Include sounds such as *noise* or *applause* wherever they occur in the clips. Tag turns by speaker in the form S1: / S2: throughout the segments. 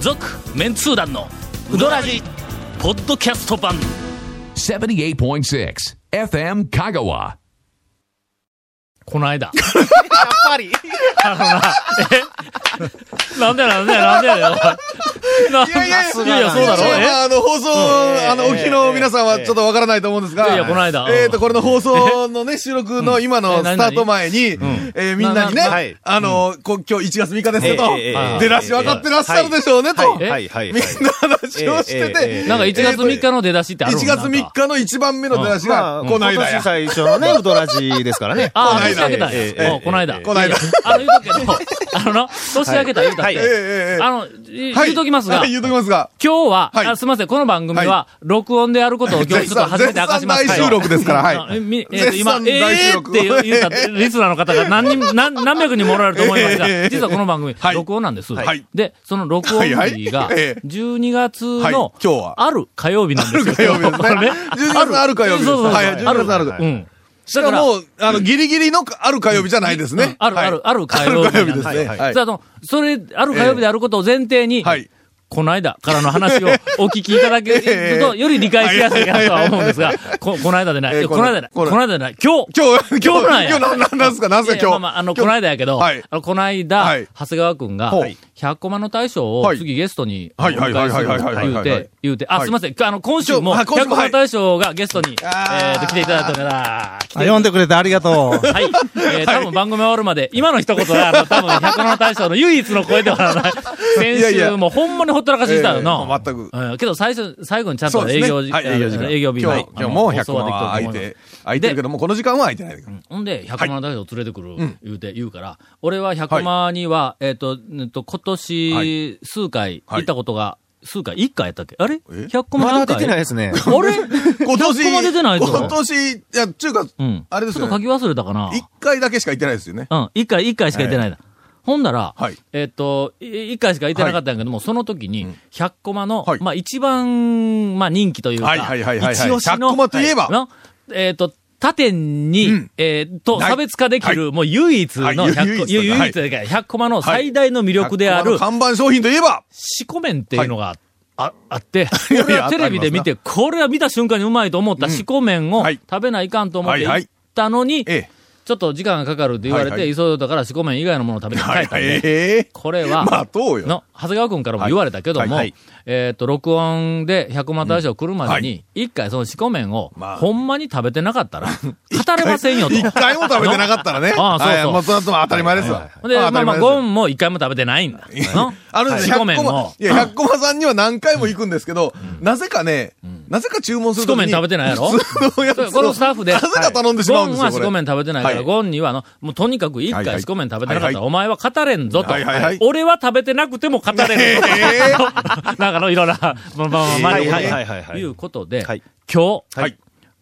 S1: 続メンツー団のウドラジポッドキャスト版
S2: 78.6 FM Kagawa.
S1: この
S3: *laughs*
S1: 間
S4: やっぱ
S1: *laughs*
S4: り。
S1: なんでやなんでやなんでやよ
S3: *laughs*
S1: なんで
S3: いやい
S1: い
S3: や
S1: やいやそうだろ
S3: いやいやまあ
S1: え
S3: あの、放送、あの、
S4: ええ
S3: お聞きの皆さんはちょっとわからないと思うんですが。
S1: いやいやこの間
S3: えっと、これの放送のね、収録の今の
S1: え
S3: ス
S1: 何
S3: タート前に、えーみんなに
S1: なな
S4: は
S3: ね
S4: い、
S3: あの、こ今日1月3日ですよ
S4: え
S3: と
S4: ええええ、え
S3: 出だし分かってらっしゃるでしょうねと、
S4: はい
S3: み
S4: はいはい。
S3: んな話をして
S4: えええ
S3: て
S4: え。
S1: なんか1月3日
S3: の。
S1: の出だしってあるもん
S3: 1月
S1: なん
S3: 3
S1: か
S3: 日の一番目の出だし
S4: ま
S3: が
S4: あ、、
S3: この
S4: 今
S3: 間
S4: 年
S3: や。
S4: 最初のね、ウドラジですからね。
S1: *laughs* ああ、
S3: この
S1: 年
S3: 間
S1: 明けたんや。
S4: ええええ
S1: うんこの間。
S4: ええ
S3: この間
S1: いやいやあの、言うとくけど、あのな、年明けた言うたっ
S4: はい
S1: て、
S3: ええええええ
S1: あの、い言うときますが、
S3: はい、言うときますが。
S1: 今日は、
S3: はい
S1: あすみません、この番組は
S3: は、
S1: 録音でやることを今日ちょっと初めて明かします。
S3: *laughs* 絶賛大収録ですからはい
S1: あえみえっと今、え
S3: 絶賛大収
S1: ーっ
S3: 録
S1: て言ったってリスナーの方が何
S3: *laughs*
S1: 人、何何百人もおられると思いますが
S3: えええええ、え
S1: 実はこの番組、
S3: はい
S1: 録音なんです、
S3: はい
S1: で、その録音日が
S3: はいはいええ、
S1: 12月
S3: はい
S1: の
S3: 今、日は
S1: ある火曜日なんですよ。
S3: 火曜日ですね
S1: *laughs* これね。
S3: 12月のある火曜日です
S1: そうそうそう。
S3: はい12月のある
S1: う。
S4: うん
S3: しかも、あの、ギリギリのある火曜日じゃないですね。
S1: ある、
S3: はい
S1: ある、ある火曜日なんです
S3: ある火曜日です
S1: よ
S3: ね
S1: はい
S3: はい
S1: それあのそれ、ある火曜日であることを前提に、
S3: はい
S1: この間からの話をお聞きいただけると、
S3: *laughs* ええ
S1: より理解しやすいかなとは思うんですが、こ、この間でない。
S3: え
S1: い
S3: え
S1: やこ
S3: こ
S1: の
S3: の
S1: 間でない。こ
S3: この
S1: の間でない。今日
S3: 今日、
S1: 今日なんや
S3: 今日、ななんすか、なんすか、
S1: いや
S3: 今
S1: まあま
S3: 日。
S1: あ、あの、こ
S3: 今日
S1: の間やけど、
S3: はい
S1: あのこの間、
S3: はい
S1: 長谷川くんが
S3: ほう、
S1: 100コマの大賞を
S3: はい
S1: 次ゲストに、
S3: はいはいはいはいはいはいはい
S1: 言うて、言うて、あ、
S3: はい
S1: すいません、あの、今週も、
S3: 今日あ今週
S1: 100
S3: も
S1: コマの大賞がゲストに、
S3: あー
S1: えっと、来ていただいたから、来て
S5: あ読んでくれてありがとう。
S1: はい。えー、多分番組終わるまで、今の一言は、あの、多分、百の大将の唯一の声ではない。先
S3: いやい
S1: 週
S3: や
S1: もほんまにほったらかししたよ
S3: ええ
S1: な
S3: ま。あ全く
S1: うんけど、最初、最後にちゃんと営業時
S3: そうですねはい営業時間。
S1: 営業日
S3: 今
S1: の
S3: 日、今日もう100
S1: 放送は
S3: 万
S1: でき
S3: は
S1: たと
S3: 空い
S1: 思います
S3: て、空いてるけども、この時間は空いてない。
S1: ほんで、百万大将を連れてくる、言うて、言うから、俺は百万には、えっと、うんと、今
S3: は
S1: 年、数回行ったことが、数回、一回やったっけあれ
S3: え
S1: 百個
S4: まだ
S1: 万何回
S4: 出てないですね。
S1: あれ
S3: *laughs* 今
S1: 100個も出てないぞ
S3: 今年、いや、中華、
S1: うん。
S3: あれで
S1: ち
S3: す
S1: ょ
S3: よ
S1: っと書
S3: ね。
S1: き忘れたかな。
S3: 一回だけしか行ってないですよね。
S1: うん、一回、一回しか行ってないな。ほんだら、
S3: はい
S1: えっと、い一回しか行ってなかったんやけども、その時に、100コマの、
S3: はい
S1: まあ一番、まあ人気というか、
S3: はいはいはいはいはい
S1: 一押しの、
S3: 100コマといえば
S1: はのえっと、他店に、
S3: うん
S1: えーと、
S3: ない
S1: 差別化できる、
S3: は
S1: もう唯一の
S3: はい
S1: 100コ、
S3: 唯一
S1: 唯一
S3: はい
S1: というか、100コマの最大の魅力である、
S3: 看板商品といえば、
S1: 四股麺っていうのが、ああって、こ
S3: いや
S1: れはテレビで見て、これは見た瞬間にうまいと思った四股麺を
S3: はい
S1: 食べないかんと思って
S3: はいはい
S1: 行ったのに、
S3: ええ。
S1: ちょっと時間がかかるって言われて、
S3: はいはい
S1: 急いだから四股麺以外のものを食べて帰
S3: はい
S1: った
S3: は
S1: ん
S3: い
S1: で、
S3: ええ。
S1: これは、
S3: *laughs* まあ、どうよ。
S1: の、長谷川君からも言われたけども、
S3: はいはい
S1: えっ、と、録音で100万大賞来るまで
S3: う
S1: に、一回その四股麺を、
S3: まあ
S1: ほんまに食べてなかったら、語れませんよと。。
S3: *laughs* 一回も食べてなかったらね
S1: ああそうそう
S3: はいまあ、それは当たり前ですわ。
S1: ほんで、まあまあ、ゴ
S3: ン。
S1: ンも一回も食べてないんだ。の
S3: あの、
S1: 四
S3: 100
S1: 股
S3: コ
S1: 麺
S3: マ
S1: を、、
S3: いや、100コマさんには何回も行くんですけど、なぜかね、なぜか注文す
S1: 四
S3: ると
S1: 股
S3: き
S1: 麺食
S3: に。
S1: べてないやろ
S3: 普通のやつを
S1: このスタッフで
S3: なぜか頼んでしまうん
S1: ゴ
S3: ですよ。
S1: ンは四股
S3: これ
S1: 麺食べてないから、
S3: はい
S1: ゴンにはあの、もうとにかく一
S3: はいは
S1: 回
S3: い
S1: 四股麺食べてなか
S3: は
S1: っ
S3: い
S1: たら、
S3: は
S1: お前は語れんぞと
S3: はいはいはい。
S1: 俺は食べてなくても語れんぞ
S3: ええ *laughs*
S1: と。なんかの、いろんな、まあまあまあ、
S4: は
S1: と
S4: い
S1: い
S4: はいは
S1: う
S4: いはいはい。
S1: いうことで、
S4: はい
S1: 今日、
S3: はい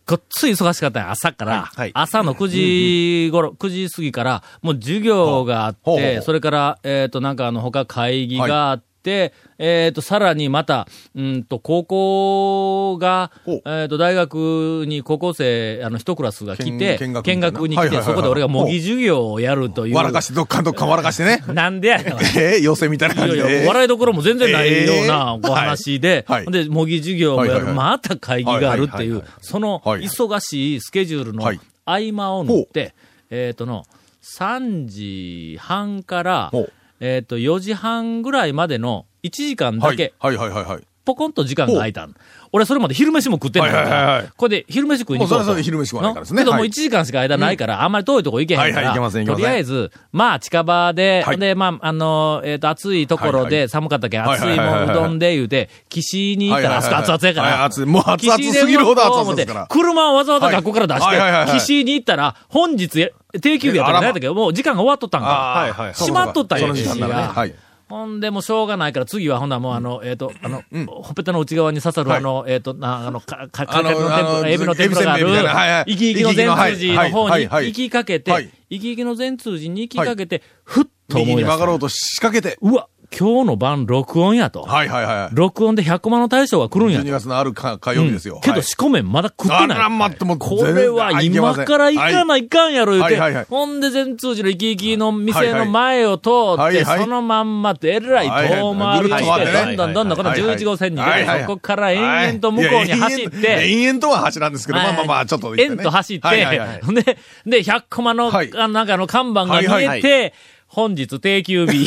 S1: ごっつい忙しかったんや朝から、
S4: はいはい
S1: 朝の9時頃、9時過ぎから、もう授業があって、
S3: ほうほうほう
S1: それから、えっ、と、なんかあの、他会議があって、えっ、と、さらにまた、うんと、高校が、
S3: ほう
S1: えっ、と、大学に高校生、あの、一クラスが来て、
S3: 見
S1: 見
S3: 見
S1: 学
S3: 学みた
S1: に
S3: いなは
S1: 来
S3: いはい
S1: て、
S3: はいは
S1: そ
S3: い
S1: こで俺が模擬授業をやるという。。
S3: わらかして、どっかんとっかんわらかしてね
S1: なんでやねん。
S3: ええ、寄せみたいない感じ
S1: やい
S3: で。
S1: や、笑いどころも全然ないような
S3: えー
S1: お話で、
S3: はいはい
S1: で、模擬授業もや
S3: はい
S1: る、
S3: はいはい
S1: また会議があるってい
S4: はいうはいはいはい、
S1: その
S3: はい
S1: 忙しいスケジュールの
S3: はい
S1: 合間を縫って、えっとの、3時半から
S3: ほう、
S1: えっと、4時半ぐらいまでの1時間だけ、
S3: はいはいはいはいはい。
S1: ポコンと時間が空いたん。俺、それまで昼飯も食ってないか
S3: はいはいはい
S1: ら
S3: はい、
S1: これで昼飯食いに行こうと。
S3: もうそれはそれ昼飯食わないからですね
S1: けどもう
S3: はい
S1: 1時間しか間ないから、あんまり遠いとこ行けへんか
S3: はいはい行け
S1: ら、
S3: ません行け
S1: と
S3: ません
S1: りあえず、まあ近場で、
S3: はい
S1: で、まあ、あの、えっと、暑いところ
S3: はいは
S1: で、寒かったけん、
S3: はい
S1: 暑
S3: はいい
S1: も
S3: は
S1: ん
S3: いう
S1: どんで言うて、岸に行ったら、あそこ熱々やか
S3: はいはい
S1: ら。
S3: 熱いもう熱々すぎるほど熱々です
S1: 岸で乗
S3: から
S1: ろう思って車をわざわざ学校から出
S3: はいはいはいはい
S1: して、
S3: はい
S1: 岸に行ったら、本日や、定休日やったから
S3: あ
S1: ら
S3: ま
S1: 何やったけど、もう時間が終わっとったんか。
S4: はいはいはい。
S1: 閉まっとったんや
S3: その時間ならね。
S1: 石が
S3: はい。
S1: ほんで、もうしょうがないから、次はほんならもうあの、えっ、と、あの、ほっぺたの内側に刺さる、
S3: はい
S1: あの、えっ、と、なあの、か、か、か、
S3: あ
S1: の
S3: の
S1: 天ぷ
S3: あ
S1: ら、
S3: の
S1: エビの天ぷらがある
S3: エビせんべいみたいなはいはい、
S1: 生き生きの前通寺の方
S3: は
S1: に、
S3: いはいはい
S1: 行きかけて、
S3: はい
S1: 生き生きの前通寺に行きかけて、ふっと思
S3: 右
S1: い
S3: に
S1: 出
S3: 曲
S1: し
S3: がろ
S1: た。
S3: うと仕掛けて。
S1: うわ、今日の晩録音やと。
S3: はいはいはい。
S1: 録音で100万の大将が来るんや
S3: 12
S1: と。
S3: 月のあるか火曜日ですよ。
S1: け
S3: は
S1: ど、
S3: い
S1: しこめんまだ食って
S3: あ
S1: ない。
S3: ら、待ってもう全
S1: こ
S3: 然
S1: れは今から行かないかんやろ言うて、
S3: はいはいはい
S1: ほんで全通寺の行き行きの店
S3: はい
S1: の
S3: はい
S1: 前を通って、
S3: はいはい
S1: そのまんまってえらい遠回りして、
S3: はいはいぐるっと回ってね
S1: どんどんどんどんこの
S3: はいはい
S1: 11号線に出て、
S3: はいはい
S1: そこから延々と向こうに走っ
S3: はいいや延々
S1: て、
S3: 延々とは走らんですけど、まあまあまあ、ちょっと行ってね。
S1: 円と走って、
S3: はいはいはい
S1: ほんで、で、100コマの、
S3: はい
S1: あなんかの看板が見えて、
S3: はいはい
S1: 本日定休日。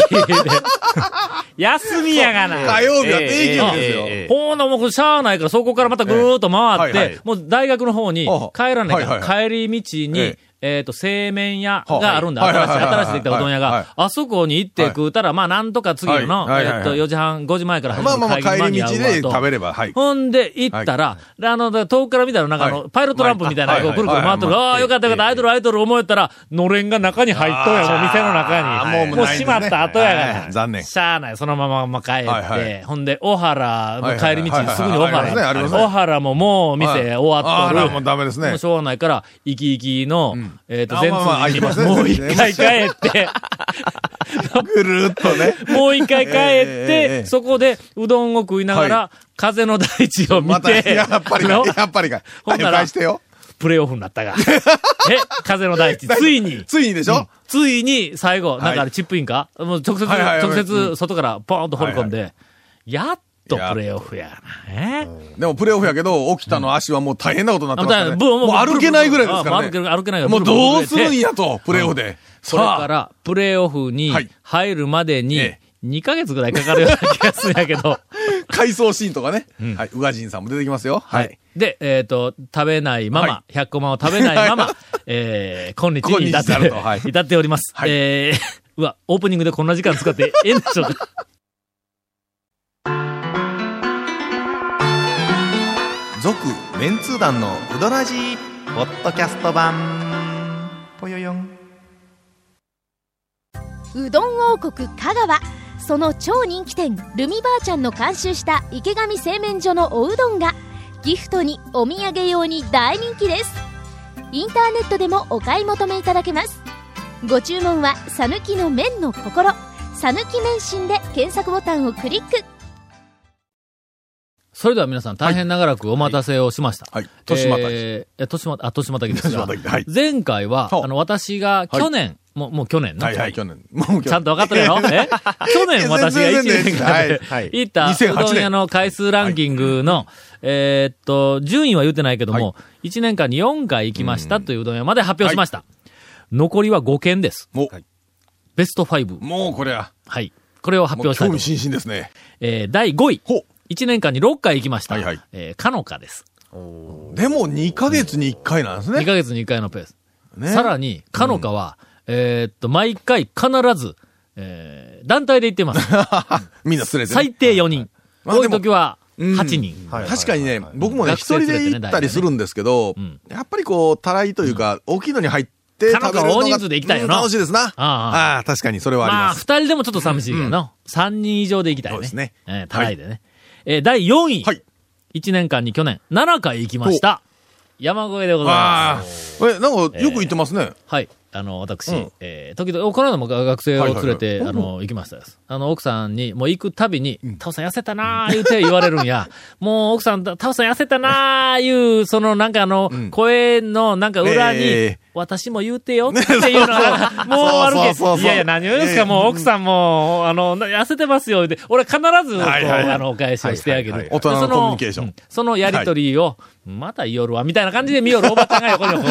S1: 休みやがな。
S3: 火曜日は定
S1: あ
S3: 休日ですよ。
S1: ほうな、もうしゃあないから、そこからまたぐるーっと回って、
S3: ええはいはい
S1: もう大学の方に
S3: あ
S1: 帰らないから、
S3: はいは
S1: 帰り道に、え
S3: え
S1: っ
S3: え、
S1: と、製麺屋があるんだ。
S3: はいは
S1: 新
S3: い
S1: しい、
S3: はいはい
S1: 新しいできたうどん屋が、
S3: はいはい
S1: あそこに行って食うたら、まあ、なんとか次の、
S3: はいはいはい
S1: えっと、4時半、5時前から始
S3: まあまあま
S1: ま
S3: あ、
S1: る会
S3: 帰
S1: に
S3: り
S1: 間
S3: 道
S1: に合
S3: で
S1: うわと
S3: 食べれば、はい。
S1: ほんで、行ったら、であの、で遠くから見たら、なんかあの、
S3: はい
S1: パイロットランプみたいな、
S3: はい
S1: こう、くるくる回ってる。
S3: はい
S1: ああ、よかったよかった、アイドル、アイドル思えたら、のれんが中に入っとんや、もう店の
S3: あ
S1: 中
S3: ー
S1: に。
S3: もう
S1: もう
S3: ない
S1: 閉
S3: ですね
S1: まった後やが
S3: は
S1: ら。
S3: い残念
S1: しゃあない、そのまままあ帰って。
S3: はいはい
S1: ほんで、小原の帰り道
S3: はいはいはい
S1: に
S3: はい
S1: すぐに小
S3: ありますねあり
S1: 原。
S3: ますね
S1: 小原ももう
S3: はい
S1: 店終わっ
S3: あ
S1: と
S3: ら、
S1: る。
S3: もうダメです
S1: も
S3: ね
S1: う。しょうがないから、生き生きの、えっと、
S3: あ
S1: 全通
S3: まあまあ
S1: 寺に
S3: ありますね
S1: もう一回帰って。
S3: ぐるーっとね。
S1: もう一回帰っ
S3: え
S1: て、
S3: え
S1: そこでうどんを食いながら、風の大地 *laughs* を見
S3: また、
S1: て、
S3: やっぱり
S1: の
S3: か、やっぱりか。
S1: ほん
S3: は、
S1: ないら
S3: 返してよ。
S1: プレイオフになったが。え風の大地、ついに。
S3: ついにでしょ
S1: ついに最後、なんかチップインか、もう直接、
S3: はいはいはい
S1: 直接外からポーンと掘り込んで、やっとプレイオフやな。え
S3: でもプレーオフやけど、起きたの足はもう大変なことになってますからね。
S1: ブー
S3: もう歩けないぐらいですから
S1: あもう歩け
S3: ね。
S1: 歩けないから
S3: もうどうするん
S1: ブルブル震えて
S3: やと、プレーオフで。
S1: これか
S3: さあ、
S1: ら、プレイオフに
S3: はい
S1: 入るまでに
S3: ええ、
S1: 2ヶ月ぐらいかかるような気がするんやけ
S3: *laughs*
S1: ど。
S3: 回想シーンとかね。はい、宇賀神さんも出てきますよ。は
S1: はいい。。で、えっ、と、食べないまま
S3: は、
S1: 100コマを食べないま
S3: *laughs*
S1: ま、えー、今日に至って
S3: 今日に至るとはい
S1: 至っております。
S3: はい
S1: えー、 *laughs* うわ、オープニングでこんな時間使ってええんでしょうか。
S4: 続、メンツー団のうどらじ、ポッドキャスト版、ぽよよん。
S5: うどん王国香川その超人気店ルミばあちゃんの監修した池上製麺所のおうどんがギフトにお土産用に大人気ですインターネットでもお買い求めいただけますご注文は「さぬきの麺の心」「さぬき麺心」で検索ボタンをクリック
S1: それでは皆さん、大変長らくお待たせをしました。
S3: はいはい豊島滝
S1: えー、いや豊島、あ、豊島滝ですが
S3: 豊島滝はい
S1: 前回は、
S3: は
S1: あの、私が去年、もう、もう去年な
S3: はいはい、去年。もう去年
S1: ちゃんと分かってるや
S3: *laughs*
S1: ろえ去年私が1年間で
S3: はいはい
S1: 行ったう
S3: 2008
S1: どん屋の回数ランキングの、えーっと、順位は言ってないけども、1年間に4回行きましたといううどん屋まで発表しました。残りは5件です。
S3: も
S1: ベスト5
S3: う、。もうこれは、
S1: はい。これを発
S3: もう
S1: 表したい
S3: 興
S1: と思
S3: 味
S1: います。
S3: 津々ですね。
S1: えー第5位。
S3: ほ
S1: 1年間に6回行きました。
S3: はいはい
S1: えーかのかです。
S3: う。でも2ヶ月に1回なんです
S1: 2
S3: ね。
S1: ヶ月に1回のペース。
S3: ね
S1: さらに、かのかは、えーっと、毎回必ず、えー団体で行って
S3: *laughs*
S1: ます。
S3: みんな連れてね。
S1: 最低4人。
S3: まあ
S1: 多
S3: で
S1: い
S3: も
S1: 時は
S3: うん
S1: 8人。
S3: 確かにね、僕もね、
S1: 学
S3: 一
S1: 生
S3: 人
S1: 連れてね
S3: で行ったりするんですけど
S1: ん、
S3: やっぱりこう、たらいというか、大きいのに入って食べる
S1: 彼女は
S3: の
S1: 大人
S3: が
S1: 数で行きたいよな
S3: 楽しいですな。あ
S1: あ
S3: あ、確かにそれはあり
S1: まあ、
S3: ます。
S1: 二人でもちょっと寂しいけどな。三、人以上で行きたいね。
S3: そうですね
S1: えー、たらいでね。えー第4位。
S3: はい。
S1: 1年間に去年、7回行きました。山越えでござい
S3: あ
S1: ま
S3: あ
S1: す。。
S3: え、なんかよく行ってますね。
S1: はい。あの、私、
S3: うん
S1: えー時々、おこの間も学生を連れて、
S3: はいはいはい
S1: あの、行きましたです。あの、奥さんに、もう行くたびに、タオさん痩せたなー言うて言われるん
S3: *laughs*
S1: や。もう奥さん、タオさん痩せたなーいう、そのなんかあの、
S3: ん
S1: 声のなんか裏に、
S3: ええ
S1: 私も言うてよっていうの
S3: *laughs*
S1: が、もう悪
S3: そうそうそう
S1: け。
S3: そう
S1: いやいや、何を言うんですか、
S3: ええ
S1: もう奥さんも、あの、な痩せてますよって、俺必ず、こう、
S3: はいはいはい
S1: あの、お返しをしてあげ
S3: はいはい
S1: る。
S3: はい大人の
S1: でそ
S3: コミュニケーション
S1: うんそのやりとりを、また夜は、みたいな感じで見よるおばちゃんが横にこう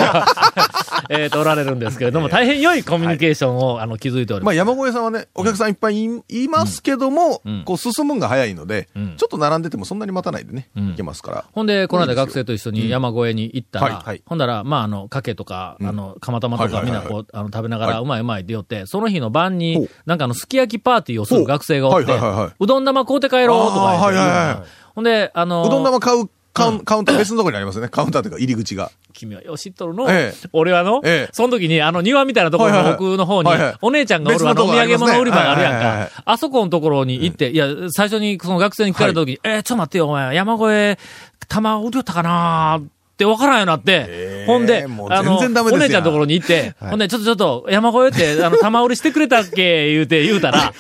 S1: *laughs* えーと、おられるんですけれども、大変良いコミュニケーションを、あの、築いておりま
S3: まあ、
S1: す。
S3: 山越えさんはね、お客さんいっぱいいいますけども
S1: うん、
S3: こう、進むんが早いので
S1: ん、
S3: ちょっと並んでてもそんなに待たないでね、
S1: ん
S3: 行けますから。
S1: ほんで、この間学生と一緒に山越えに行った
S3: はい
S1: ら
S3: はい、
S1: ほんだら、まあ、あの、かけとか、あの、釜玉と
S3: はいは
S1: か
S3: い
S1: みん
S3: はい
S1: な
S3: はい
S1: こう、あの、食べながら、
S3: はいう
S1: まいうまいって言って、その日の晩
S3: ほ
S1: に
S3: う、
S1: なんかあの、すき焼きパーティーをする学生がおって
S3: ほうはいはいはいはい、
S1: うどん玉買うて帰ろうとか言って
S3: あーはいはいはい
S1: ほんで、あの、
S3: うどん玉買うカウンカウンター別のところにあり
S1: *laughs*
S3: ますよね。カウンターというか入り口が。
S1: 君はよう知っとるの、
S3: ええ
S1: 俺はの、
S3: ええ
S1: その時にあの庭みたいなところ
S3: はい
S1: の
S3: はいはい
S1: 奥の方に
S3: はいはい、
S1: お姉ちゃんがおる
S3: 別
S1: あ
S3: の
S1: の
S3: と
S1: お
S3: こ
S1: 土
S3: あり
S1: 産
S3: ますね
S1: 物売り場があるや
S3: はいはいはい
S1: ん
S3: はい
S1: か。あそこのところに行って、いや、最初にその学生に聞かれた時に、えーちょっと待ってよ、お前、山越え、玉売りよったかなーって分からんようになって、
S3: ー
S1: ほんで、
S3: もう
S1: あの、
S3: 全然ダメです
S1: お
S3: や
S1: 姉
S3: ん
S1: ちゃんのところに行って、ほんで、ちょっとちょっと、山越えって、あの、玉売りしてくれたっけ言うて言うたら、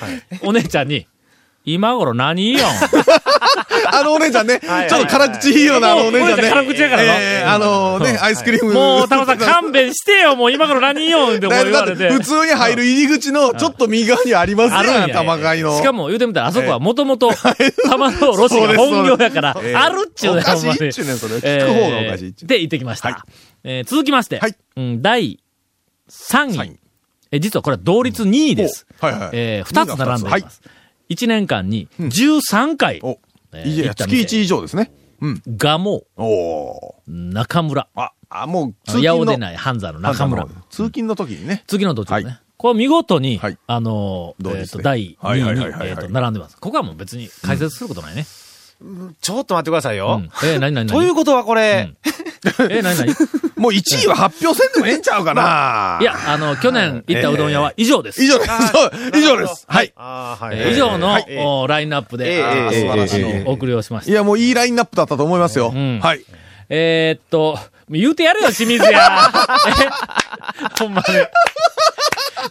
S1: お姉ちゃんに、今頃何よ。
S3: あのお姉ちゃんね、ちょ
S6: はい
S3: っと辛口ヒーローなあのお姉ち
S1: もうも
S3: ゃんね。
S1: う辛口やからな
S3: えーあのね、アイスクリーム。
S1: もう、田野さん勘弁してよ、もう今頃何よ、ってもう
S3: だ
S1: 言わ
S3: だ
S1: れ
S3: って
S1: て。
S3: 普通に入る入り口のちょっと右側にあります
S1: あるん
S3: や
S1: や
S3: ん、玉買いの。
S1: しかも言うてみたら、あそこはもと
S3: *laughs*
S1: もと、玉のロシが本業やから、
S3: ええ
S1: あるっちゅうね
S3: おか
S1: ほん
S3: し
S1: ま
S3: い
S1: に
S3: っちゅうねんそれ。
S1: え
S3: 聞く方がおかしいっち
S1: ー
S3: ゅう。
S1: で、行ってきました。えー続きまして、
S3: はい
S1: うん第3位
S3: 三位
S1: えー実はこれは同率2位です。
S3: おはいはい
S1: え2つ並んで
S3: はい
S1: います。1年間に13回、
S3: お、
S1: えー
S3: い
S1: 行
S3: や、
S1: った
S3: 月1
S1: 店
S3: 以上ですね。うん。
S1: がも
S3: おー。
S1: う、中村。
S3: あ、あ、もう通勤
S1: 八
S3: の。
S1: 尾でない、ハンザの中村
S3: あ。の通勤の時にね。
S1: 次のどっちもね。
S3: はい
S1: これ見事に、
S3: はい
S1: あのー
S3: どう
S1: え
S3: で
S1: っ
S3: す
S1: と、
S3: ね
S1: 第2
S3: はい
S1: 位
S3: はい
S1: に、
S3: はいはい
S1: えっ
S3: はい
S1: と、並んでます。ここはもう別に解説することないね。
S6: ちょっと待ってください
S1: うん。
S6: よ。
S1: えー、何
S3: *laughs*
S1: 何何
S6: ということはこれ、
S1: えー、何何
S3: もう1位は発表せんでもええんちゃうかな。
S1: いや、、あの、去年行ったうどん屋は以上です。
S3: 以上です。そう以上です。はい。
S6: あーは
S1: え
S6: い
S1: ー以上の、
S6: はいえー
S1: おラインナップで、
S6: えー
S1: あー
S6: えー
S1: 素晴らしい
S3: えーえ
S1: お送りをしま
S3: い
S1: した。
S3: や、もういいラインナップだったと思いますよ。
S1: ん
S3: はい。
S1: えーっと、言うてやれよ、清水屋。え *laughs* ほんまに。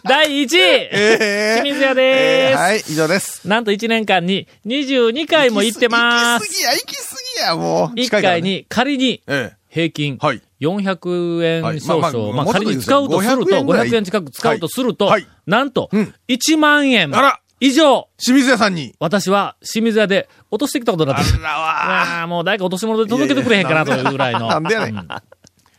S1: 第1位、
S3: え
S1: 清
S3: ー
S1: 水屋で
S3: えー
S1: す。
S3: はい、以上です。
S1: なんと1年間に22回も行ってま
S3: 行
S1: す。
S3: き過ぎや、行き過ぎや、もう。
S1: 1
S3: 近いからね
S1: 回。に仮に、
S3: ええ。
S1: 平均
S3: はい
S1: 400円少々、
S3: はいまあまあ
S1: まあ
S3: もうちょっと
S1: 仮に使うとすると、
S3: 500円ぐらい
S1: 500円近く使うとすると、
S3: はいはい
S1: なんと
S3: うん、
S1: 1万円
S3: あら
S1: 以上、
S3: 清水屋さんに。
S1: 私は清水屋で落としてきたことになってる。ああ、もう誰か落とし物で届けてくれへんかなというぐらいの。
S3: なんでやねん
S1: うん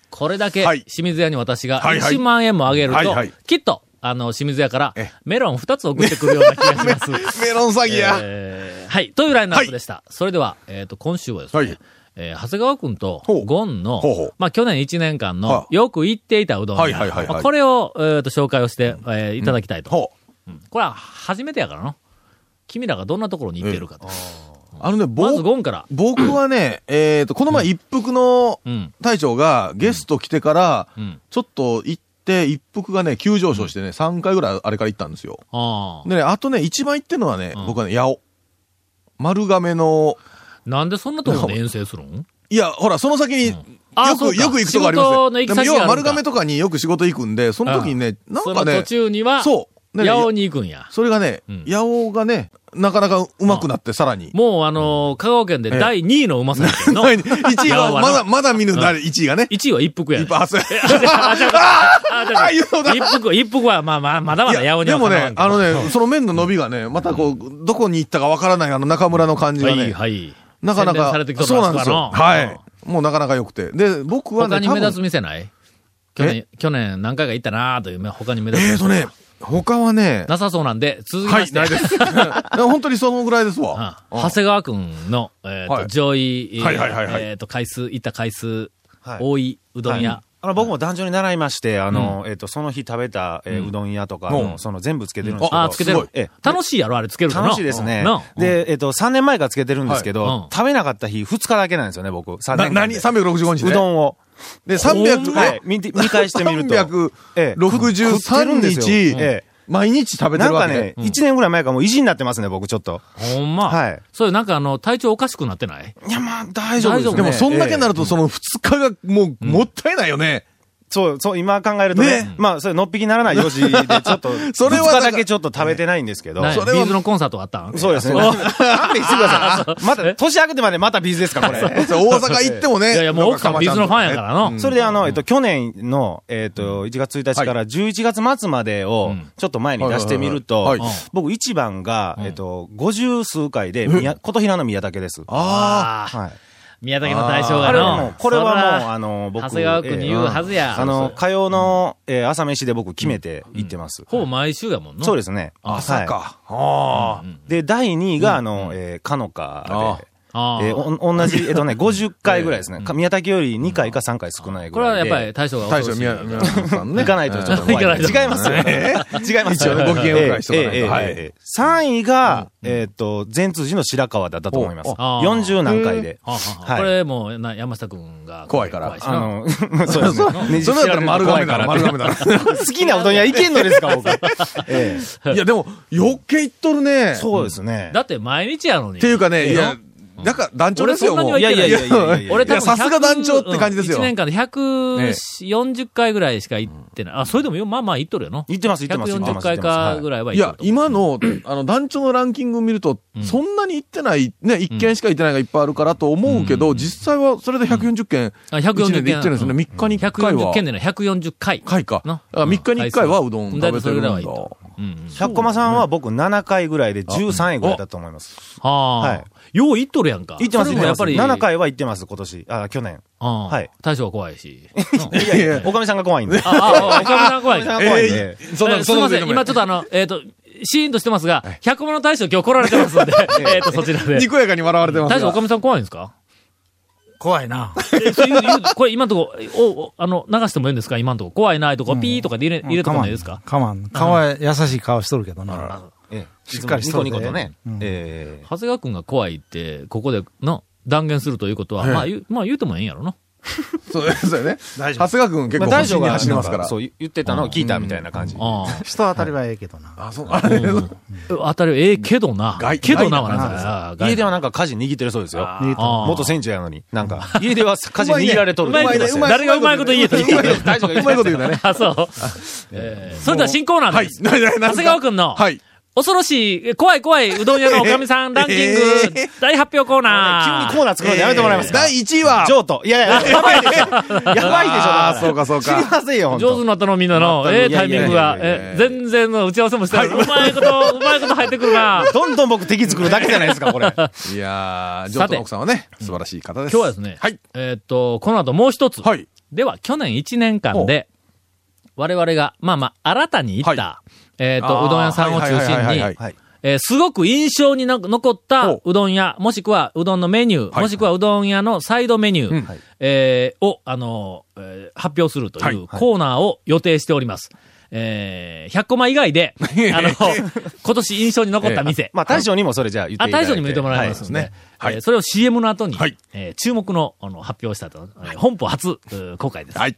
S1: これだけ
S3: はい
S1: 清水屋に私が
S3: はいはい
S1: 1万円もあげる
S3: はい
S1: と
S3: はい、
S1: きっと、あの、清水屋から
S3: え
S1: メロン2つ送ってくるような気がします。
S3: メロン詐欺や。
S1: えーはい、というラインナップでした。それでは、えっ、と、今週はですね、
S3: はい
S1: えー長谷川くんと
S3: ほう
S1: ゴンの、
S3: ほうほう
S1: まあ、去年1年間の
S3: はあ
S1: よく行っていたうどん屋、
S3: はいはいはいはい
S1: まあこれを、えー、と紹介をして、えーいただきたいと、
S3: ほう。
S1: これは初めてやからな。君らがどんなところに行ってるかと。
S3: あのね、
S1: まず
S3: 僕
S1: ゴンから。
S3: 僕はね、えっと、この前一服の
S1: うん。
S3: 隊長がゲスト来てから
S1: うん、
S3: ちょっと行って、一服がね、急上昇してね、3回ぐらいあれから行ったんですよ。
S1: ああ。
S3: でね、あとね、一番行ってるのはね
S1: うん、
S3: 僕はね、八尾。丸亀の、
S1: なんでそんなところで遠征するん
S3: いや、ほら、その先に、よ
S1: あそう
S3: く、
S1: か
S3: よく行くとこあります
S1: 仕
S3: よ
S1: 事の行き
S3: で
S1: 先があるん
S3: も要
S1: だ
S3: は丸亀とかによく仕事行くんで、その時にね、なん
S1: そ
S3: か
S1: の途
S3: ね、
S1: 中には、
S3: そう。ね
S1: 八尾に行くんや。
S3: それがね、
S1: うん
S3: 八尾がね、なかなかうまくなって、さら *laughs* に。
S1: もう、あのー香川県で第2位のうまさや
S3: *laughs*
S1: けどの、
S3: 1位は
S1: 八尾はな
S3: まだ、まだ見ぬなり、1位がね。
S1: 1位は一服や
S3: い
S1: ね
S3: っぱい発生。
S1: *laughs* あじゃあ
S3: あ、言うのだ
S1: 一。服、一服は、まあまあ、まだまだ
S3: いや
S1: 八尾に
S3: で
S1: は
S3: も
S1: かなわ
S3: ね
S1: ん、けど
S3: あのね、その麺の伸びがね、またこう、どこに行ったかわからないあの中村の感じ
S1: は
S3: が
S1: い、
S3: ね、
S1: はい。
S3: なかな
S1: 洗練されてきと
S3: か、
S1: る
S3: そうなんですよ。
S1: あそこはな
S3: はい。もうなかなか良くて。で、僕は
S1: 他
S3: ね、
S1: に
S3: 多
S1: 目
S3: 分
S1: 立つ店ない去年、去年何回か行ったなという目、他に目立つ。
S3: えーとね、他はね、
S1: なさそうなんで、続きまして。
S3: はいないです。本当にそのぐらいです
S1: うん
S3: わ。うん
S1: 長谷川くんの、えっ、と、
S3: はい
S1: 上位、えっ、
S3: はいはいはいはい
S1: えーと、回数、行った回数、
S6: はい
S1: 多いうどん屋、
S6: はいあの僕も壇上に習いまして、あの、えっ、と、その日食べた、えーうどん屋とか、あ
S3: う
S6: の
S3: ん
S6: その全部つけてるんですけど。
S1: ああ、つけて
S3: すご
S1: る
S3: い。
S6: ええ
S1: 楽しいやろ、あれつけるの。
S6: 楽しいですね
S1: な。
S6: で、えっと、3年前からつけてるんですけ
S1: はいう
S6: ど
S1: ん、
S6: 食べなかった日、2日だけなんですよね、僕。3
S3: な
S6: 年間
S3: 何
S6: で。
S3: ?365日
S6: う
S3: ね
S6: どんを。
S3: で、
S6: ほんまはい
S3: 300、
S6: 見て見返してみるとええ食ってるん
S3: 363
S6: ですよ
S3: 日、
S6: ええ
S3: 毎日食べて
S6: なん
S3: る
S6: か
S3: わけで
S6: ね、1年ぐらい前からもう意地になってますね、僕ちょっと。
S1: ほんま。
S6: はい
S1: そういう、なんかあの、体調おかしくなってない
S6: いや、まあ、大丈夫です
S1: 大丈夫
S6: ね。
S3: でも、そんだけにな
S6: る。
S3: ると、その2日がもう、もったいないよね。
S6: そう、そう、今考えるとね
S3: ね、
S6: まあ、それ、のっぴきならない4時で、ちょっと、
S3: それはだ
S6: 2
S3: か
S6: 日
S3: ら
S6: だけちょっと食べてないんですけど。
S1: ない
S6: そ
S1: ビ
S3: それは
S1: ーズのコンサートがあったん
S6: そうです
S3: *laughs*
S6: ね。
S1: お
S6: 勘弁してください。まだ、年明けてまでまたビーズで
S1: *laughs*
S6: すか、こ
S3: *laughs*
S6: れ。
S3: 大阪行ってもね。
S1: いやいや、もう奥さん
S3: な
S1: ビ
S3: か
S1: ーズのファンやからの。
S6: それであの、えっと、去年の、えっと、1月1日から11月末までを、ちょっと前に出してみると
S3: はいはいはいはい、
S6: 僕一番が、えっと、50数回で、宮琴平の宮武です。
S3: あ
S1: ああ、
S6: はい。
S1: 宮崎の大将が
S6: あれはも
S1: の
S6: う、、これは
S1: そら
S6: もう、あの、僕。
S1: 長谷川君に言うはずや
S6: ええあ
S1: そう
S6: の
S1: そ、う
S6: 火曜の、えー朝飯で僕決めて行ってます。
S1: ほぼ毎週やもんな。。
S6: そうですすね。
S3: あ、朝
S6: は
S3: か。ああ。
S6: い。で、第2位が、あの、えー、かのかで。
S1: ああ。
S6: えーおん同じ、え
S1: *laughs*
S6: っとね、50回ぐらいですね。か宮崎より2回か3回少ないぐ
S1: これは
S6: らい
S1: や
S6: で。
S1: っぱり大将が恐ろ
S3: 大
S1: し
S3: 将
S1: い
S3: 宮、宮本さんね。
S6: 行かな
S3: *laughs*
S6: いとちょっと怖い。
S1: 行かないと
S6: 違いますよ。違います
S3: 一応
S6: よ。
S3: ねご機嫌を伺いしとかないと
S6: ええええ
S3: はい
S6: ええ3位が、えっと、前通寺の白川だったと思います。
S1: あー
S6: 40何回で。
S1: はあはあはあ
S6: はい
S1: これもうな、山下くんが。
S3: 怖いから
S1: しな
S6: あの、 *laughs* そうです
S3: *laughs*
S6: ね。
S3: それだったら丸亀だろ、丸亀だろ。
S6: *laughs* 好きなうどん屋行けんのですか、僕。ええ
S3: いや、でも、余計行っとるね。
S6: そうですね。
S1: だって毎日やのに。
S3: っていうかね、いや、なんか団長ですよ、
S1: 俺そん
S3: も
S1: な
S3: う。
S1: には言ってない
S6: いやいやいやいやいや
S1: 俺多分
S3: いやさすが団長って感じですよ
S1: 1年間で140回ぐらいしか行ってない。あ、それでもよまあまあ行っとるよな。
S6: 言ってます、言ってます。言って
S1: 140
S6: ます
S1: 回かぐらいはい行っ
S3: や
S1: と、る。
S3: 今の、あの、団長のランキング見ると、そんなに行ってない、ね、一件しか行ってないがいっぱいあるからと思うけど、実際はそれで140件、
S1: あ140
S3: 一年で行ってるんですね。
S1: うん
S3: 3日に1回
S1: 140
S3: は。
S1: 件でない、140回。
S3: 回か。
S1: な
S3: あ3日に1回はうどん食べ
S1: 大体
S3: てるんだ。
S1: それぐらいは行うんうん。
S6: 100コマさんは僕7回ぐらいで13位ぐらいだと思います。
S1: はあ、
S6: はい
S1: よう行っとるやんか。
S6: 行ってます、
S1: そ
S6: 行
S1: れもや
S6: ってま
S1: っ
S6: す。
S1: ぱり。
S6: 7。回は行ってます、今年。あ、去年。
S1: ああ
S6: はい
S1: 大将は怖いし。
S6: いやいや、おかみさんが怖いんで。
S1: ああ、あおかみさん怖いし。
S6: おかみさんが怖いんで。
S3: そんな
S1: えすみません、今ちょっとあの、えっ、と、シーンとしてますが、百物大将今日来られてますんで、えっと、そちらで。
S3: にこやかに笑われてますが。
S1: 大将、おかみさん怖いんですか
S7: 怖いな。
S1: えそういう言うこれ今んとこ、お、おあの、流してもいいんですか今んとこ。怖いないとか、ピーとかで入れ、入れとかないですか
S7: *laughs* かまん。顔は優しい顔しとるけどな。
S6: ええ
S7: しっかりしとる
S6: ニコニコとね
S7: うん。
S6: ええ
S1: 長谷川くんが怖いって、ここで、の、断言するということは、まあ、言うまあ言うてもええんやろな。
S3: そうですよね。長谷川君結
S6: まあ
S3: 構、
S6: 大
S3: 大
S6: 将
S3: 将
S6: が
S3: が走りますから。
S6: そう言ってたのを聞いたみたいな感じ。
S1: ああ。
S7: 人当たりはええけどな。
S3: あ、そう、あれ、
S1: 当たりはええけどな。
S3: 外
S1: けどなは
S3: 外
S1: なんですか
S6: 家で
S1: は、
S6: はなんか家事握ってるそうですよ。
S7: ええと
S1: ああ
S6: 元船長やのに。なんか、家では家事握られとる
S1: うまいね
S6: 言ってた
S1: う
S6: っ
S1: まいね誰がうまいこと言えと言った
S3: うまいこと言ううまいこと言うだね。
S1: あ、そう。えーそれでは新コーナー
S3: はい
S1: で。す。
S3: なななんですか
S1: 長谷川くんの、
S3: はい。
S1: 恐ろしい、え怖い怖いうどん屋のおかみさんランキング、大発表コー
S6: 急
S1: ナー。
S6: にコーナー作るのやめてもらえますか
S3: 第1位は、
S6: 譲渡。いやいや、やばいでしょ。やばいでしょ。
S3: あーそうかそう
S6: 知り
S3: か。
S6: ませんよ、ほん
S1: 上手に
S6: と。
S1: なったのみんなの、
S6: 全く
S1: ええ
S6: い
S1: タ
S6: や
S1: イ
S6: い
S1: ミ
S6: や
S1: ン
S6: いや
S1: グ
S6: い
S1: が
S6: や、
S1: ええ全然の打ち合わせもしてない、うまいこと、うまいこと入ってくるな。
S6: どんどん僕敵作るだけじゃないですか、これ。
S3: いやー、ジョ
S1: さ
S3: ー
S1: て
S3: の奥さんはね、素晴らしい方です。
S1: 今日はですね、
S3: はい。
S1: えーっと、この後もう一つ。
S3: はい。
S1: では、去年1年間で、我々が、まあまあ、新たに行った、えーっと、うどん屋さんを中
S3: はいはいはい
S1: 心
S3: は
S1: に
S3: い、
S6: はい。
S1: えーすごく印象にな残った
S3: ほ
S1: うどん屋、もしくはうどんのメニュー、
S3: はい
S1: もしくはうどん屋のサイドメニュー、
S3: うん
S1: えーを、あのーえー発表すると
S3: はいいう
S1: コーナーを予定しております。えー100コマ以外
S3: *laughs*
S1: で、あの、今年印象に残った店。
S6: まあ、大将にもそれじゃあ言って
S1: あ、
S6: いただい
S1: 大
S6: て。
S1: 将にも言ってもらいます
S6: は
S1: んで、
S3: はいそうですねはい
S1: えーそれを CM の後に、
S3: はい
S1: えー注目のあの発表したいと、えー本邦初、えー公開です。
S3: はい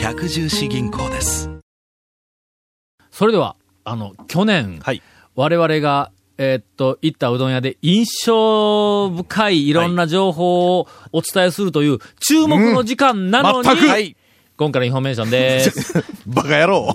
S8: 百十四銀行です
S1: それでは、あの、去年、
S6: はい
S1: 我々が、えーっと、行ったうどん屋で印象深いいろんな情報をお伝えするという注目の時間なのに、
S3: 全く
S1: はい今回のインフォメーション
S3: *laughs*
S1: です。
S3: バカ野郎。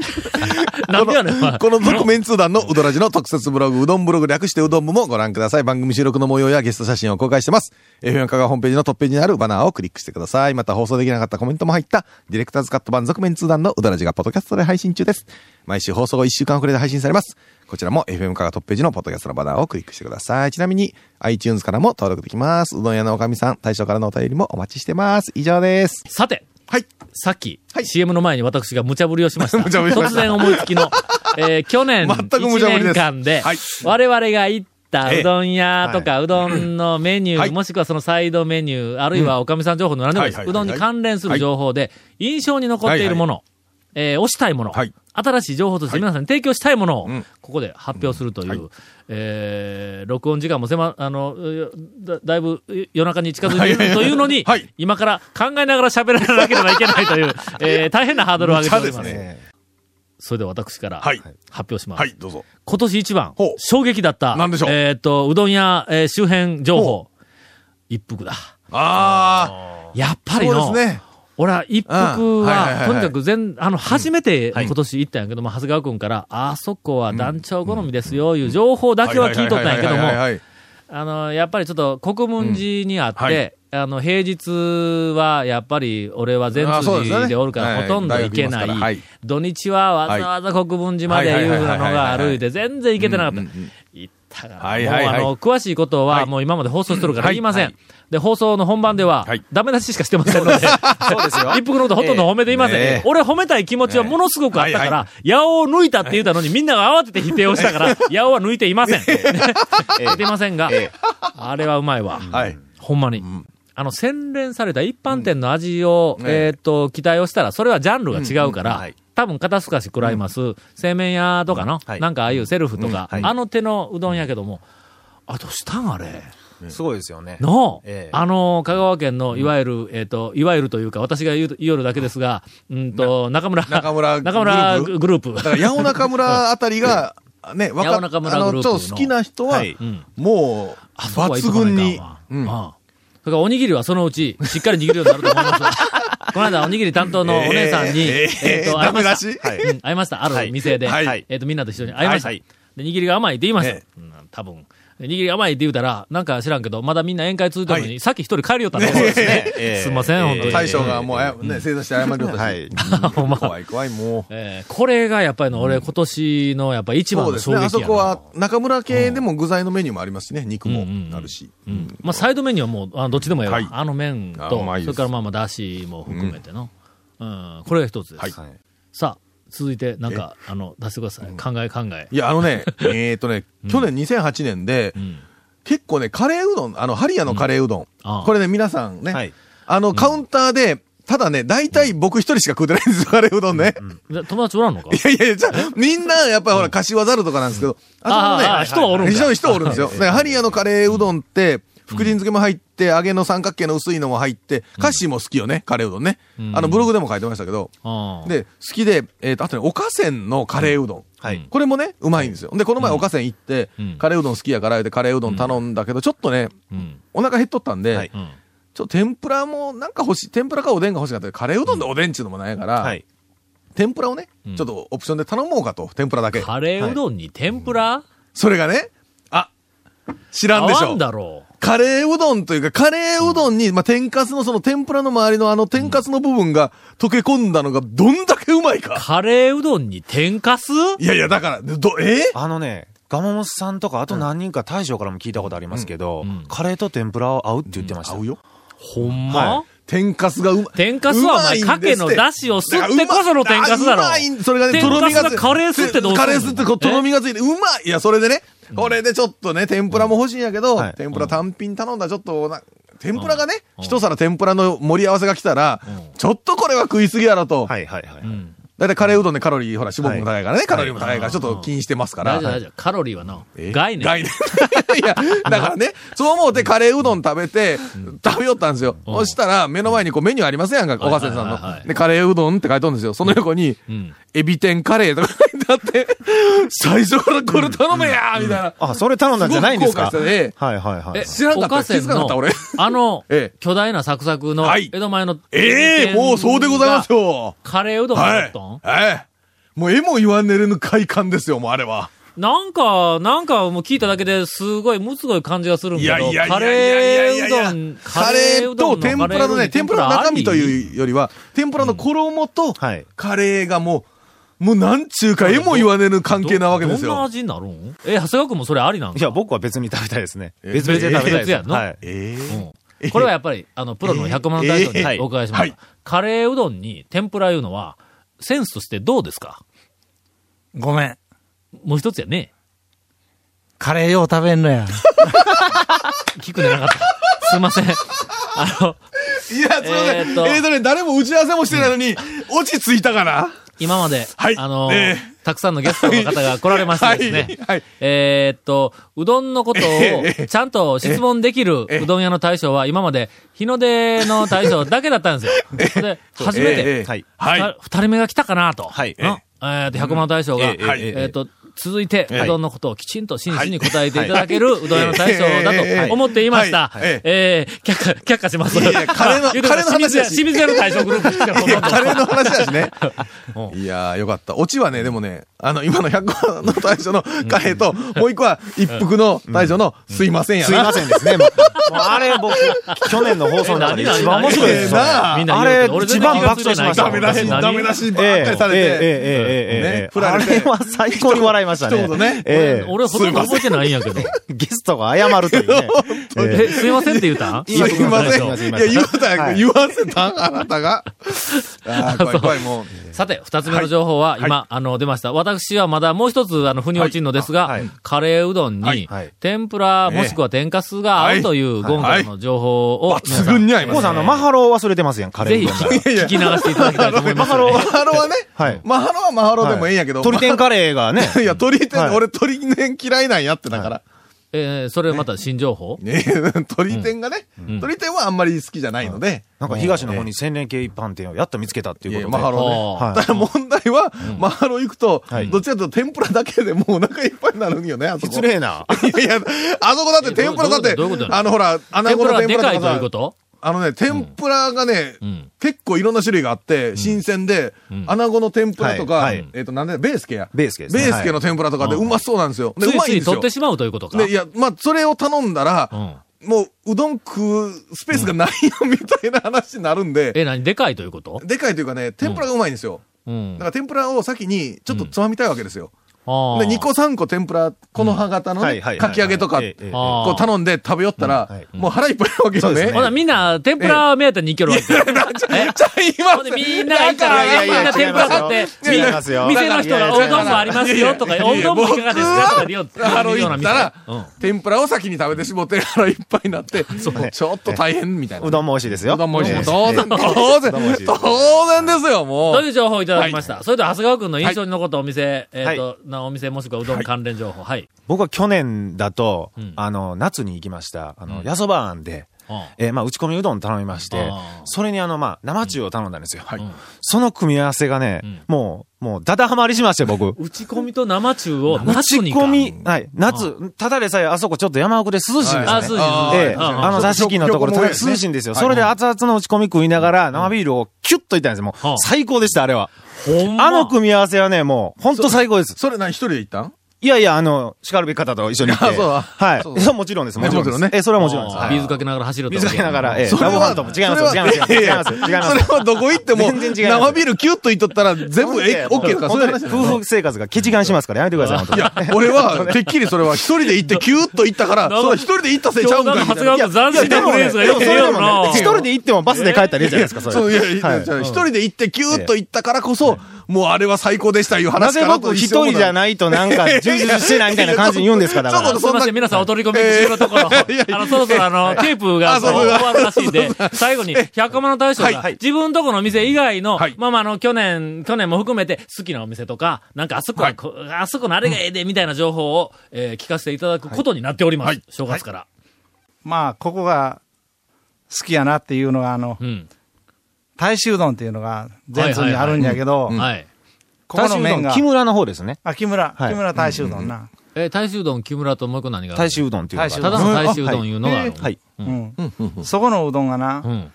S1: なんでやねん、お前
S3: この続メンツー団のうどらじの特設ブログ、うどんブログ略してうどん部もご覧ください。番組収録の模様やゲスト写真を公開してます。FM 香川ホームページのトップページにあるバナーをクリックしてください。また放送できなかったコメントも入った、ディレクターズカット版続メンツー団のうどらじがポッドキャストで配信中です。毎週放送後1週間遅れで配信されます。こちらも FM 香川トップページのポッドキャストのバナーをクリックしてください。ちなみに iTunes からも登録できます。うどん屋のおかみさん、大将からのお便りもお待ちしてます。以上です。
S1: さて、
S3: はい。
S1: さっき、
S3: はい
S1: CM の前に私が無茶ぶりをしました。
S3: *laughs* 無茶ぶりしました
S1: 突然思いつき
S3: *laughs*
S1: の、えー去年
S3: 全く無
S1: 1
S3: 茶ぶりで
S1: 年
S3: す
S1: 間で、
S3: はい
S1: 我々が行ったうどん屋とか、うどんのメニュー、
S3: はい
S1: もしくはそのサイドメニュー、あるいはおかみさん情報の何でもいいです、
S3: はいは
S1: う
S3: いはい
S1: どんに関連する情報で、印象に残っているもの、えー推したいもの、
S3: はい
S1: 新しい情報として皆さんに提供したいものを
S3: ん、
S1: ここで発表するという、えー録音時間も狭、あの、だだいぶ夜中に近づいているというのに、
S3: はい
S1: 今から考えながら喋らなければいけない *laughs* という、えー大変なハードルを上げております。それでは私から
S3: はい
S1: 発表します。
S3: はい、どうぞ。
S1: 今年一番
S3: ほう
S1: 衝撃だった、
S3: なんでしょう
S1: えーっと、うどん屋、えー周辺情報、一服だ。
S3: あ
S1: やっぱ
S3: あ、
S1: り
S3: そ
S1: の、
S3: うですね。
S1: 俺は一服
S3: うんはいはいはい
S1: は
S3: は、い
S1: とにかく全、あの、初めて今年行ったんやけども、長谷川くんから、あそこは団長好みですよ、いう情報だけは聞いとったんやけども
S3: はいはいはいはい、はいはい
S1: あの、やっぱりちょっと国分寺にあって、
S3: うんはい
S1: あの、平日はやっぱり俺は全
S3: あ
S1: 通
S3: そうです
S1: 寺
S3: ね
S1: でおるから
S3: はい
S1: ほとんど行けない。
S3: 大学いますからはい
S1: 土日はわざわざ国分寺までいうふうなのが歩いて全然行けてなかった。行っだから
S3: はいはいはい
S1: もうあの、詳しいことはもう今まで放送しとるから言いません。で、放送の本番では、
S3: はい
S1: ダメ出ししかしてませんの
S3: *laughs*
S1: で、
S6: そうですよ。
S1: 一服のことほとんど褒めていません。
S3: ねえ
S1: 俺褒めたい気持ちはものすごくあったか
S3: はいは
S1: ら、矢を抜いたって言ったのにみんなが慌てて否定をした
S3: *laughs*
S1: から、矢は抜いていません。
S6: え
S1: 抜いていませんが
S6: ええ、
S1: あれはうまいわ。
S3: はい。
S1: ほんまに。あの、洗練された一般店の味を、えーっと、期待をしたら、それはジャンルが違うか
S6: うんうん
S1: ら
S6: はい、
S1: 多分肩すかし食らいます。製麺屋とかの
S6: は、い
S1: なんかああいうセルフとか、
S6: うんはい
S1: あの手のうどんやけども、あ、どうしたんあれ。
S6: えすごいですよね。
S1: の、
S6: ええ
S1: あの、香川県の、いわゆる、えっ、と、いわゆるというか、私が言う言うるだけですが、うんと、中村、
S3: 中村
S1: 中村
S3: グループ
S1: グループ。
S3: だから、八尾
S1: *laughs*
S3: 中村あたりが、ね、わ
S1: 八
S3: か
S1: 尾中村
S3: あ
S1: グルー
S3: の、
S1: プの
S3: 超好きな人は
S6: はい、
S1: ん
S3: もう、
S1: あそこは行
S3: 抜
S1: っとかな
S3: 群
S1: いかん
S3: に
S1: わ、
S3: うん
S1: ああそれからおにぎりはそのうち、しっかり握るようになると思いますわこの間、おにぎり担当のお姉さんに、
S3: え
S1: え
S3: え
S1: っ、と、会いました。
S3: ダメ出し
S1: うん会いました。ある店で、
S3: はい
S6: はい
S1: えっ、と、みんなと一緒に会いました。
S6: はい
S1: で、握りが甘いって言いました。
S3: え
S1: うん、多分。で握りが甘いって言うたら、なんか知らんけど、まだみんな宴会続いてるのに、さっき一人帰るよったんです
S3: そうです *laughs*
S1: ね。
S6: ええ
S1: すいません、本当に。
S3: 大将がもうあや、ね、正座して謝りようとして。
S6: はい
S1: *laughs* ほんま
S3: 怖い怖い、もう。
S1: えーこれがやっぱりの、俺、今年のやっぱ一番
S3: そ
S1: の
S3: うです
S1: 衝撃や
S3: ね。
S1: な
S3: あそこは、中村系でも具材のメニューもありますしね。肉もあるし。
S1: うんまあ、サイドメニューはもう、あどっちでもええわ、
S3: はい
S1: あの麺
S3: あ
S1: と、
S3: うまいです
S1: それからまあまあ、だしも含めての、うんこれが一つです。
S6: はい
S1: さあ、続いて、なんか、あの、出してください。考え考え。
S3: いや、あ
S1: *laughs*
S3: のね、えっとね、去年2008年で、結構ね、カレーうどん、あの、ハリアのカレーうどん
S1: ああ。
S3: これね、皆さん
S6: は
S3: ね
S6: い、
S3: あの、カウンターで、ただね、大体僕一人しか食うてないんですよ、カレーうどんね。
S1: で友達おらんのか
S3: いやいやいや、じゃあみんな、やっぱりほら、柏ざるとかなんですけど、
S1: あ
S3: あそこ
S1: あああ
S3: ね、
S1: 人はおるんだ
S3: 非常に人はおるんですよ。だからハリアのカレーうどんって、福神漬けも入って、揚げの三角形の薄いのも入って、カッシーも好きよね、カレーうどんね。あの、ブログでも書いてましたけど、
S1: あ
S3: で、好きで、えっと、あとね、おかせんのカレーうどん。
S6: はい。
S3: これもね、うまいんですよ。で、この前おかせん行って
S1: うん、
S3: カレーうどん好きやから、言うてカレーうどん頼んだけど、ちょっとね、
S1: うん。
S3: お腹減っとったんで、
S6: はい
S1: うん。
S3: ちょっと天ぷらもなんか欲しい、天ぷらかおでんが欲しかったけどカレーうどんでおでんっちゅうのもないから、
S6: はい。
S3: 天ぷらをね、
S1: うん
S3: ちょっとオプションで頼もうかと、天ぷらだけ。
S1: カレーうどんに天ぷら、
S3: それがね、あ、知ら
S1: 合
S3: んでし
S1: わ
S3: ょ
S1: ん。だろう。
S3: カレーうどんというか、カレーうどんに、まあ、天かすのその天ぷらの周りのあの天かすの部分が溶け込んだのがどんだけうまいか。
S1: カレーうどんに天かす
S3: いやいや、だから、ど、え
S6: あのね、ガモモスさんとか、あと何人か大将からも聞いたことありますけど、
S1: うんうん
S6: カレーと天ぷらは合うって言ってました。
S3: 合うよ。
S1: ほんま、
S3: 天かすがうまい。
S1: 天かすはお前
S3: うまいん
S1: かけ
S3: ですって
S1: の出汁を吸ってこその天かすだろ
S3: うまいんそれがね、
S1: 天
S3: とろ
S1: か
S3: み
S1: す
S3: が
S1: が
S3: つい
S1: カレー吸ってどうすんの
S3: カレー吸ってこう、とろみがついて、うまいいや、それでね、これでちょっとね、天ぷらも欲しいんやけど
S6: はい、
S3: 天ぷら単品頼んだらちょっとな、天ぷらがね、一皿天ぷらの盛り合わせが来たら、ちょっとこれは食いすぎやろと。
S6: はいはいはい。
S1: うん。
S3: だいたいカレーうどんでカロリー、ほら、脂肪分も高いからね、カロリーも高いか
S1: は
S3: ら、
S1: い
S3: ちょっと気にしてますから。
S1: 大丈夫大丈夫。カロリーはな、
S3: え
S1: 概念。
S3: 概念。 *laughs* いや、だからね、そう思うてカレーうどん食べて、食べよったんですよ。
S1: うん
S3: そしたら、目の前にこうメニューありませんやんか、
S1: い
S3: おかせさん
S1: はいはいは
S3: の。
S1: い
S3: で、カレーうどんって書いとるんですよ。その横に
S1: ん、
S3: エビ天カレーとか書いてあって、最初からこれ頼めやーみたいな。
S6: あ、それ頼んだんじゃないんですか
S3: すごく後悔してね
S6: はいはいはい。
S1: え、
S3: 知らんかった
S1: おせんの
S3: 気づかなかった俺
S1: あの
S3: *laughs* ええ、
S1: 巨大なサクサクの
S3: は、い
S1: 江戸前の。
S3: ええもうそうでございます。よ。
S1: カレーうどんだ
S3: は
S1: っ
S3: い
S1: たん。
S3: はい。もう絵も言わんねれぬ快感ですよ、もうあれは。
S1: なんか、なんかもう聞いただけですごい、むつごい感じがするんけど、
S3: いやいやいや
S1: カ
S3: いやい
S1: レ
S3: や
S1: ーう
S3: いや
S1: どん、
S3: カレーと天ぷらのね、天ぷらの中身と
S1: う
S3: いうよりは、天ぷらの衣と
S6: はい、
S3: カレーがもう、もうなんちゅうか、えも言わねぬ関
S1: ど
S3: 係なわけです
S1: どんな
S3: よ。
S1: 味になるんえ、長谷川君もそれありなん
S6: いや、僕は別に食べたいですね。
S3: え
S6: 別々で食べたい
S1: 別々
S6: で
S1: や
S6: す。
S1: の
S6: はい。
S3: ええ
S1: うんこれはやっぱり、あの、プロの100万大将
S6: ええ
S1: にお伺いしま
S3: は
S1: し
S3: い
S1: た。カレーうどんに天ぷらいうのは、センスとしてどうですか
S7: ごめん。
S1: もう一つやね。
S7: カレーよう食べんのや。
S1: 聞くでなかった。すいません。あの、
S3: いや、すいま
S1: え
S3: せん。え
S1: ーと
S3: ーとね、誰も打ち合わせもしてないのに、落ち着いたかな
S1: 今まで、
S3: はい
S1: あの、
S3: え
S1: たくさんのゲストの方が来られましてですね、
S3: はいはい
S1: えーっと、うどんのことをちゃんと質問できる
S3: ええ
S1: うどん屋の大将は今まで日の出の大将だけだったんですよ。で、初め
S3: え
S1: て、
S3: え
S6: はい
S3: はい。
S1: 二二人目が来たかなと。
S6: はい
S1: なえーっと、百万大将が、
S6: え
S1: え
S6: ええ
S3: えええ
S1: ーっと、続いて、
S3: はいう
S1: どんのことをきちんと真摯に答えていただけるうどん屋の大将だと思っていました。
S3: はいはい
S1: えー却下、却下します。
S3: いやカレーの
S1: 言うても
S3: カレーの話やし
S1: 清水屋の大将グループですからほとんど
S3: カレーの話だし
S6: *laughs*
S3: ね
S1: う。
S3: いやー、よかった。オチはね、でもね、あの、今の100個の大将のカレーと、もう一個は一服の大将のすいませんや
S6: すい
S3: な。
S6: ませんですね。もうもうあれ僕、去年の放送の中で一番面白いですよ。
S3: 何何何
S6: あ
S3: あ
S1: みんな言うけど
S6: れ、
S1: 俺
S6: 一
S1: 全然
S6: 番爆笑しました。
S3: ダメ出し、
S1: 何
S3: ダメ出しばっ
S6: ええ
S3: かりされ
S6: ええ
S3: て。
S6: ええええええええ
S3: ね振られて
S6: あれは最高に笑いいましたね。
S3: 一言ね
S6: ええ
S1: 俺ほとんど覚えてないんやけど。
S6: ゲストが謝るとい
S3: *laughs*
S6: うね。え
S1: え、すいませんって言ったん
S3: すいません。
S6: 今すい
S3: いや、
S6: ません
S3: 言わた、
S6: はい
S3: 言わせたあなたが。ああ、怖い怖い、も
S6: *laughs*
S3: う。
S1: さて、二つ目の情報は、今、あの、出ました。私はまだもう一つ、あの、腑に落ちんのですが、
S6: はいあはい
S1: カレーうどんに、
S6: はいはい
S1: 天ぷら、もしくは天かすが合うという、
S3: はい
S1: 今回の情報を、皆
S3: 抜
S1: さん
S3: 群に合い
S6: え
S3: ま
S6: コウ
S3: す
S6: さん、あ
S3: ね。
S6: の、マハロを忘れてますやん、カレ
S1: ぜひ
S6: ーうどんが。
S1: 聞き流していただきたいと思います、ね。
S3: マハロは
S6: *laughs*
S3: ね、
S6: はい
S3: *laughs* マハロはマハロでもええんやけど。
S6: 鳥天カレーがね。
S3: *laughs* いや、鳥天、
S6: はい
S3: 俺鳥天嫌いなんやってだから。
S1: えーそれまた新情報、
S3: ね *laughs* 鳥天がね、鳥天はあんまり好きじゃないので。
S6: なんか東の方に千年系一般店をやっと見つけたって
S3: い
S6: いう
S3: や
S6: こ
S3: マ
S6: とで。
S3: ハロね。
S1: は
S6: はい
S3: *laughs* ただ問題は、マハロ行くと、
S6: はい
S3: どっちかというと天ぷらだけでもうお腹いっぱいになるんよね、あそこ。
S6: 失礼な。
S3: *laughs* いやいや、あそこだって天ぷらだって
S1: えどういうことどういうことな、の
S3: あのほら、穴
S1: 天ぷ
S3: 子
S1: らが
S3: の天ぷ
S1: で
S3: ら
S1: かいとい
S3: と
S1: う
S3: か
S1: こ
S3: さ、
S1: と
S3: あのね、天ぷらがね
S1: ん、
S3: 結構いろんな種類があって、新鮮で、穴子の天ぷらとか
S6: はいはい、
S3: えっと、なんで、ベースケや。
S6: ベースケですね
S3: ベースケの天ぷらとかでうまそうなんですよ。で、
S1: つ
S3: う
S1: い
S3: ま
S1: つ
S3: いん
S1: い
S3: です
S1: 取っ
S3: よ
S1: て。しまうということか。
S3: で、いや、まあ、それを頼んだら、もう、うどん食うスペースがないよ、みたいな話になるんで、
S1: え、何でかいということ
S3: でかいというかね、天ぷらがうまいんですよ。
S1: うん
S3: だ。から天ぷらを先に、ちょっとつまみたいわけですよ。
S1: あ
S3: で、2個3個天ぷら、この歯型の
S6: は
S3: ね
S6: いはいはい
S3: かき揚げとか、
S6: ええええ
S1: あー
S3: こう頼んで食べよったら
S6: うんはい、
S3: もう腹いっぱいなわけよ
S6: そうです
S3: ね
S1: ほ。な、みんな、天ぷら目当てに行けるわけ。えほんでみんなが行った
S6: いや
S1: ら、
S6: い
S1: みん
S6: やいや
S1: な天ぷら買って、みん
S6: 違い
S1: な
S6: ますよ
S1: 店の人が、おうどんもありますよとか、おうどんもいかがですかとか言うよって
S3: 僕は腹い
S1: ような
S3: っ
S1: 店
S3: たら
S1: うん、
S3: 天ぷらを先に食べてしもって腹いっぱいにな
S6: *laughs*
S3: って、ちょっと大変みたいな。
S6: うどんも美味しいですよ。
S3: うどんも美味しいです。
S6: ええ
S3: 当然、当然、当然ですよ、も
S1: と
S3: う。
S1: いう情報をいただきました。それでは、長谷川君の印象に残ったお店、えっ、
S6: はい
S1: と、なお店もしくはうどん関連情報。はい。
S6: 僕は去年だと
S1: ん、
S6: あの、夏に行きました、あの、やそばあんで、
S1: うん
S6: えーまあ、打ち込みうどん頼みまして
S1: あー、
S6: それにあの、まあ、生中を頼んだんですよ。その組み合わせがね、もう、もう、だだはまりしまして、僕。
S1: 打ち込みと生中を
S6: 打
S1: 夏
S6: ち
S1: にか。
S6: 込み、はい、夏、ただでさえあそこちょっと山奥で涼しいんです
S1: あ、
S6: ね
S1: そ。う
S3: あ
S1: です
S6: ええ、
S1: うん
S6: あの座敷のところ、涼しいんですよ。それで熱々の打ち込み食いながら、生ビールをキュッといったんですよ。も
S1: は
S6: う
S1: あ、
S6: 最高でした、あれは。
S1: ほんま。
S6: あの組み合わせはね、もう、ほんと最高です。
S3: それ何、一人で行ったん
S6: いやいや、あの、叱るべき方と一緒に行って。
S3: あそうだ
S6: はい。
S3: そう
S6: そ
S3: だ
S6: うもちろんです、もちろんで
S3: も
S6: す。
S3: ちろんね
S6: ええ、それはもちろんです。
S1: あー
S6: はい
S1: 水かけながら走ると
S6: 水かけながら、ええ、
S3: それ
S6: ラブ
S3: は
S6: ハントも違いますよ、違いますよ、違いますよ、違います
S3: そ
S6: よ
S3: れ。はどこ行っても、
S6: 全然違いま
S3: 生
S6: す
S3: ビールキュッといっとったら全部え OK とか、そういう話じゃない
S6: 夫婦生活がケチがんしますからやめてください、本当
S3: い
S6: に。
S3: や、俺は、てっきりそれは一人で行って、キューッと行ったから、それは一人で行ったせいちゃ
S1: 長
S3: うんか
S1: 谷
S3: いみたい
S1: 川
S3: な。
S1: 君、斬新なフレーズがよく
S6: そ
S1: 出
S6: れ
S1: よ
S6: で
S1: う
S6: も
S1: な
S6: ね、一。人で行ってもバスで帰ったらいいじゃないですか、そ
S3: そうい
S6: れ。
S3: やいや、
S6: はい
S3: じゃあ一人で行って、キューッと行ったからこそ、もうあれは最高でしたいう
S6: な
S3: 話
S6: ぜ
S3: かな
S6: 僕
S3: と
S6: 一人じゃ
S3: い
S6: ないとなんか充実してないみたいな感じに言うんですから、だか
S3: *laughs* ちょっ
S6: ら
S3: と。
S1: すいません、皆さんお取り込みしてると
S3: *laughs*
S1: ころ、あの、そろそろあの、テープが
S3: あ *laughs* そう
S1: 終わるらしいんで、最後に、100コマの大将が
S3: は、い
S1: 自分とこの店以外の
S3: はい、
S1: まあまあ、あの、去年、去年も含めて、好きなお店とか、なんかあそこはこ、あそこのあれがええで、みたいな情報を、えー聞かせていただくことになっております。正月から。
S7: *laughs* まあ、ここが好きやなっていうのが、あの
S1: う、ん。
S7: 大衆うどんっていうのが全通にあるんやけど、
S1: はい。
S7: ここの麺が
S6: 木、村の方ですね。
S7: あ、木村、
S6: はい
S7: 木村大衆うどんな。
S1: えー、大衆うどん、木村ともう一個何がある
S6: 大衆うどんっていうのがある。
S1: ただの大衆うどんいうのがある。
S6: はい。
S7: うん。そこのうどんが
S1: う
S7: な、
S1: ん。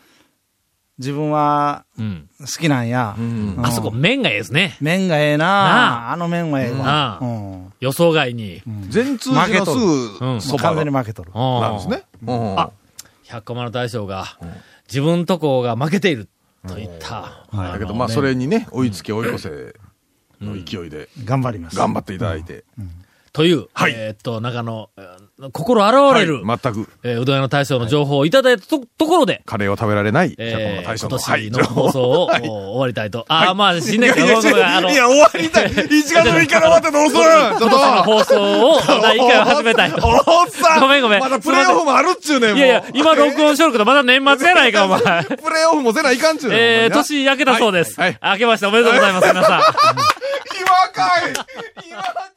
S7: 自分は
S1: うん。
S7: 好きなんや。うん
S1: あそこ、麺がええですね。
S7: 麺がええ
S1: な
S7: なあの麺はええ
S1: な
S7: わ
S1: あ。
S7: うん
S1: 予想外に。
S3: 全通寺の
S1: うん
S3: すぐそばな
S7: 完全
S3: ん
S7: に負けとる。
S3: ですね。うん
S1: あ、100コマの大将が、自分とこが負けていると言った。
S3: だけど、まあ、それにね、追いつけ追い越せの勢いで、
S7: 頑張ります。
S3: 頑張っていただいて。
S1: という、
S3: はい
S1: えーっと、中の、えー心現れる、
S3: はい全く、
S1: えーうどん屋の大将の情報をいただいたと,、ところで、
S3: カレーを食べられない、百
S1: え
S3: 万
S1: ー、
S3: 大将
S1: 今
S3: の、はい
S1: 年の放送を、お終わりたいと。ああ、まあ、新年会
S3: いや
S1: 放送が、あの、
S3: いや、終わりたい !1 月3日で終わってど
S1: *laughs*
S3: うするちょっと
S1: 放送を第1回を始めたいと。
S3: おっさん
S1: ごめんごめん
S3: まだプレイオフもあるっちゅうねん、もう
S1: いやいや、今録音しよるけど、まだ年末やないか、お
S3: *laughs*
S1: 前。
S3: プレイオフもせないかんちゅうねん
S1: えー、
S3: ほんまにな
S1: 年明けたそうです。
S3: はい
S1: 明けましておめでとうございます、皆さん。
S3: 今かい今からかい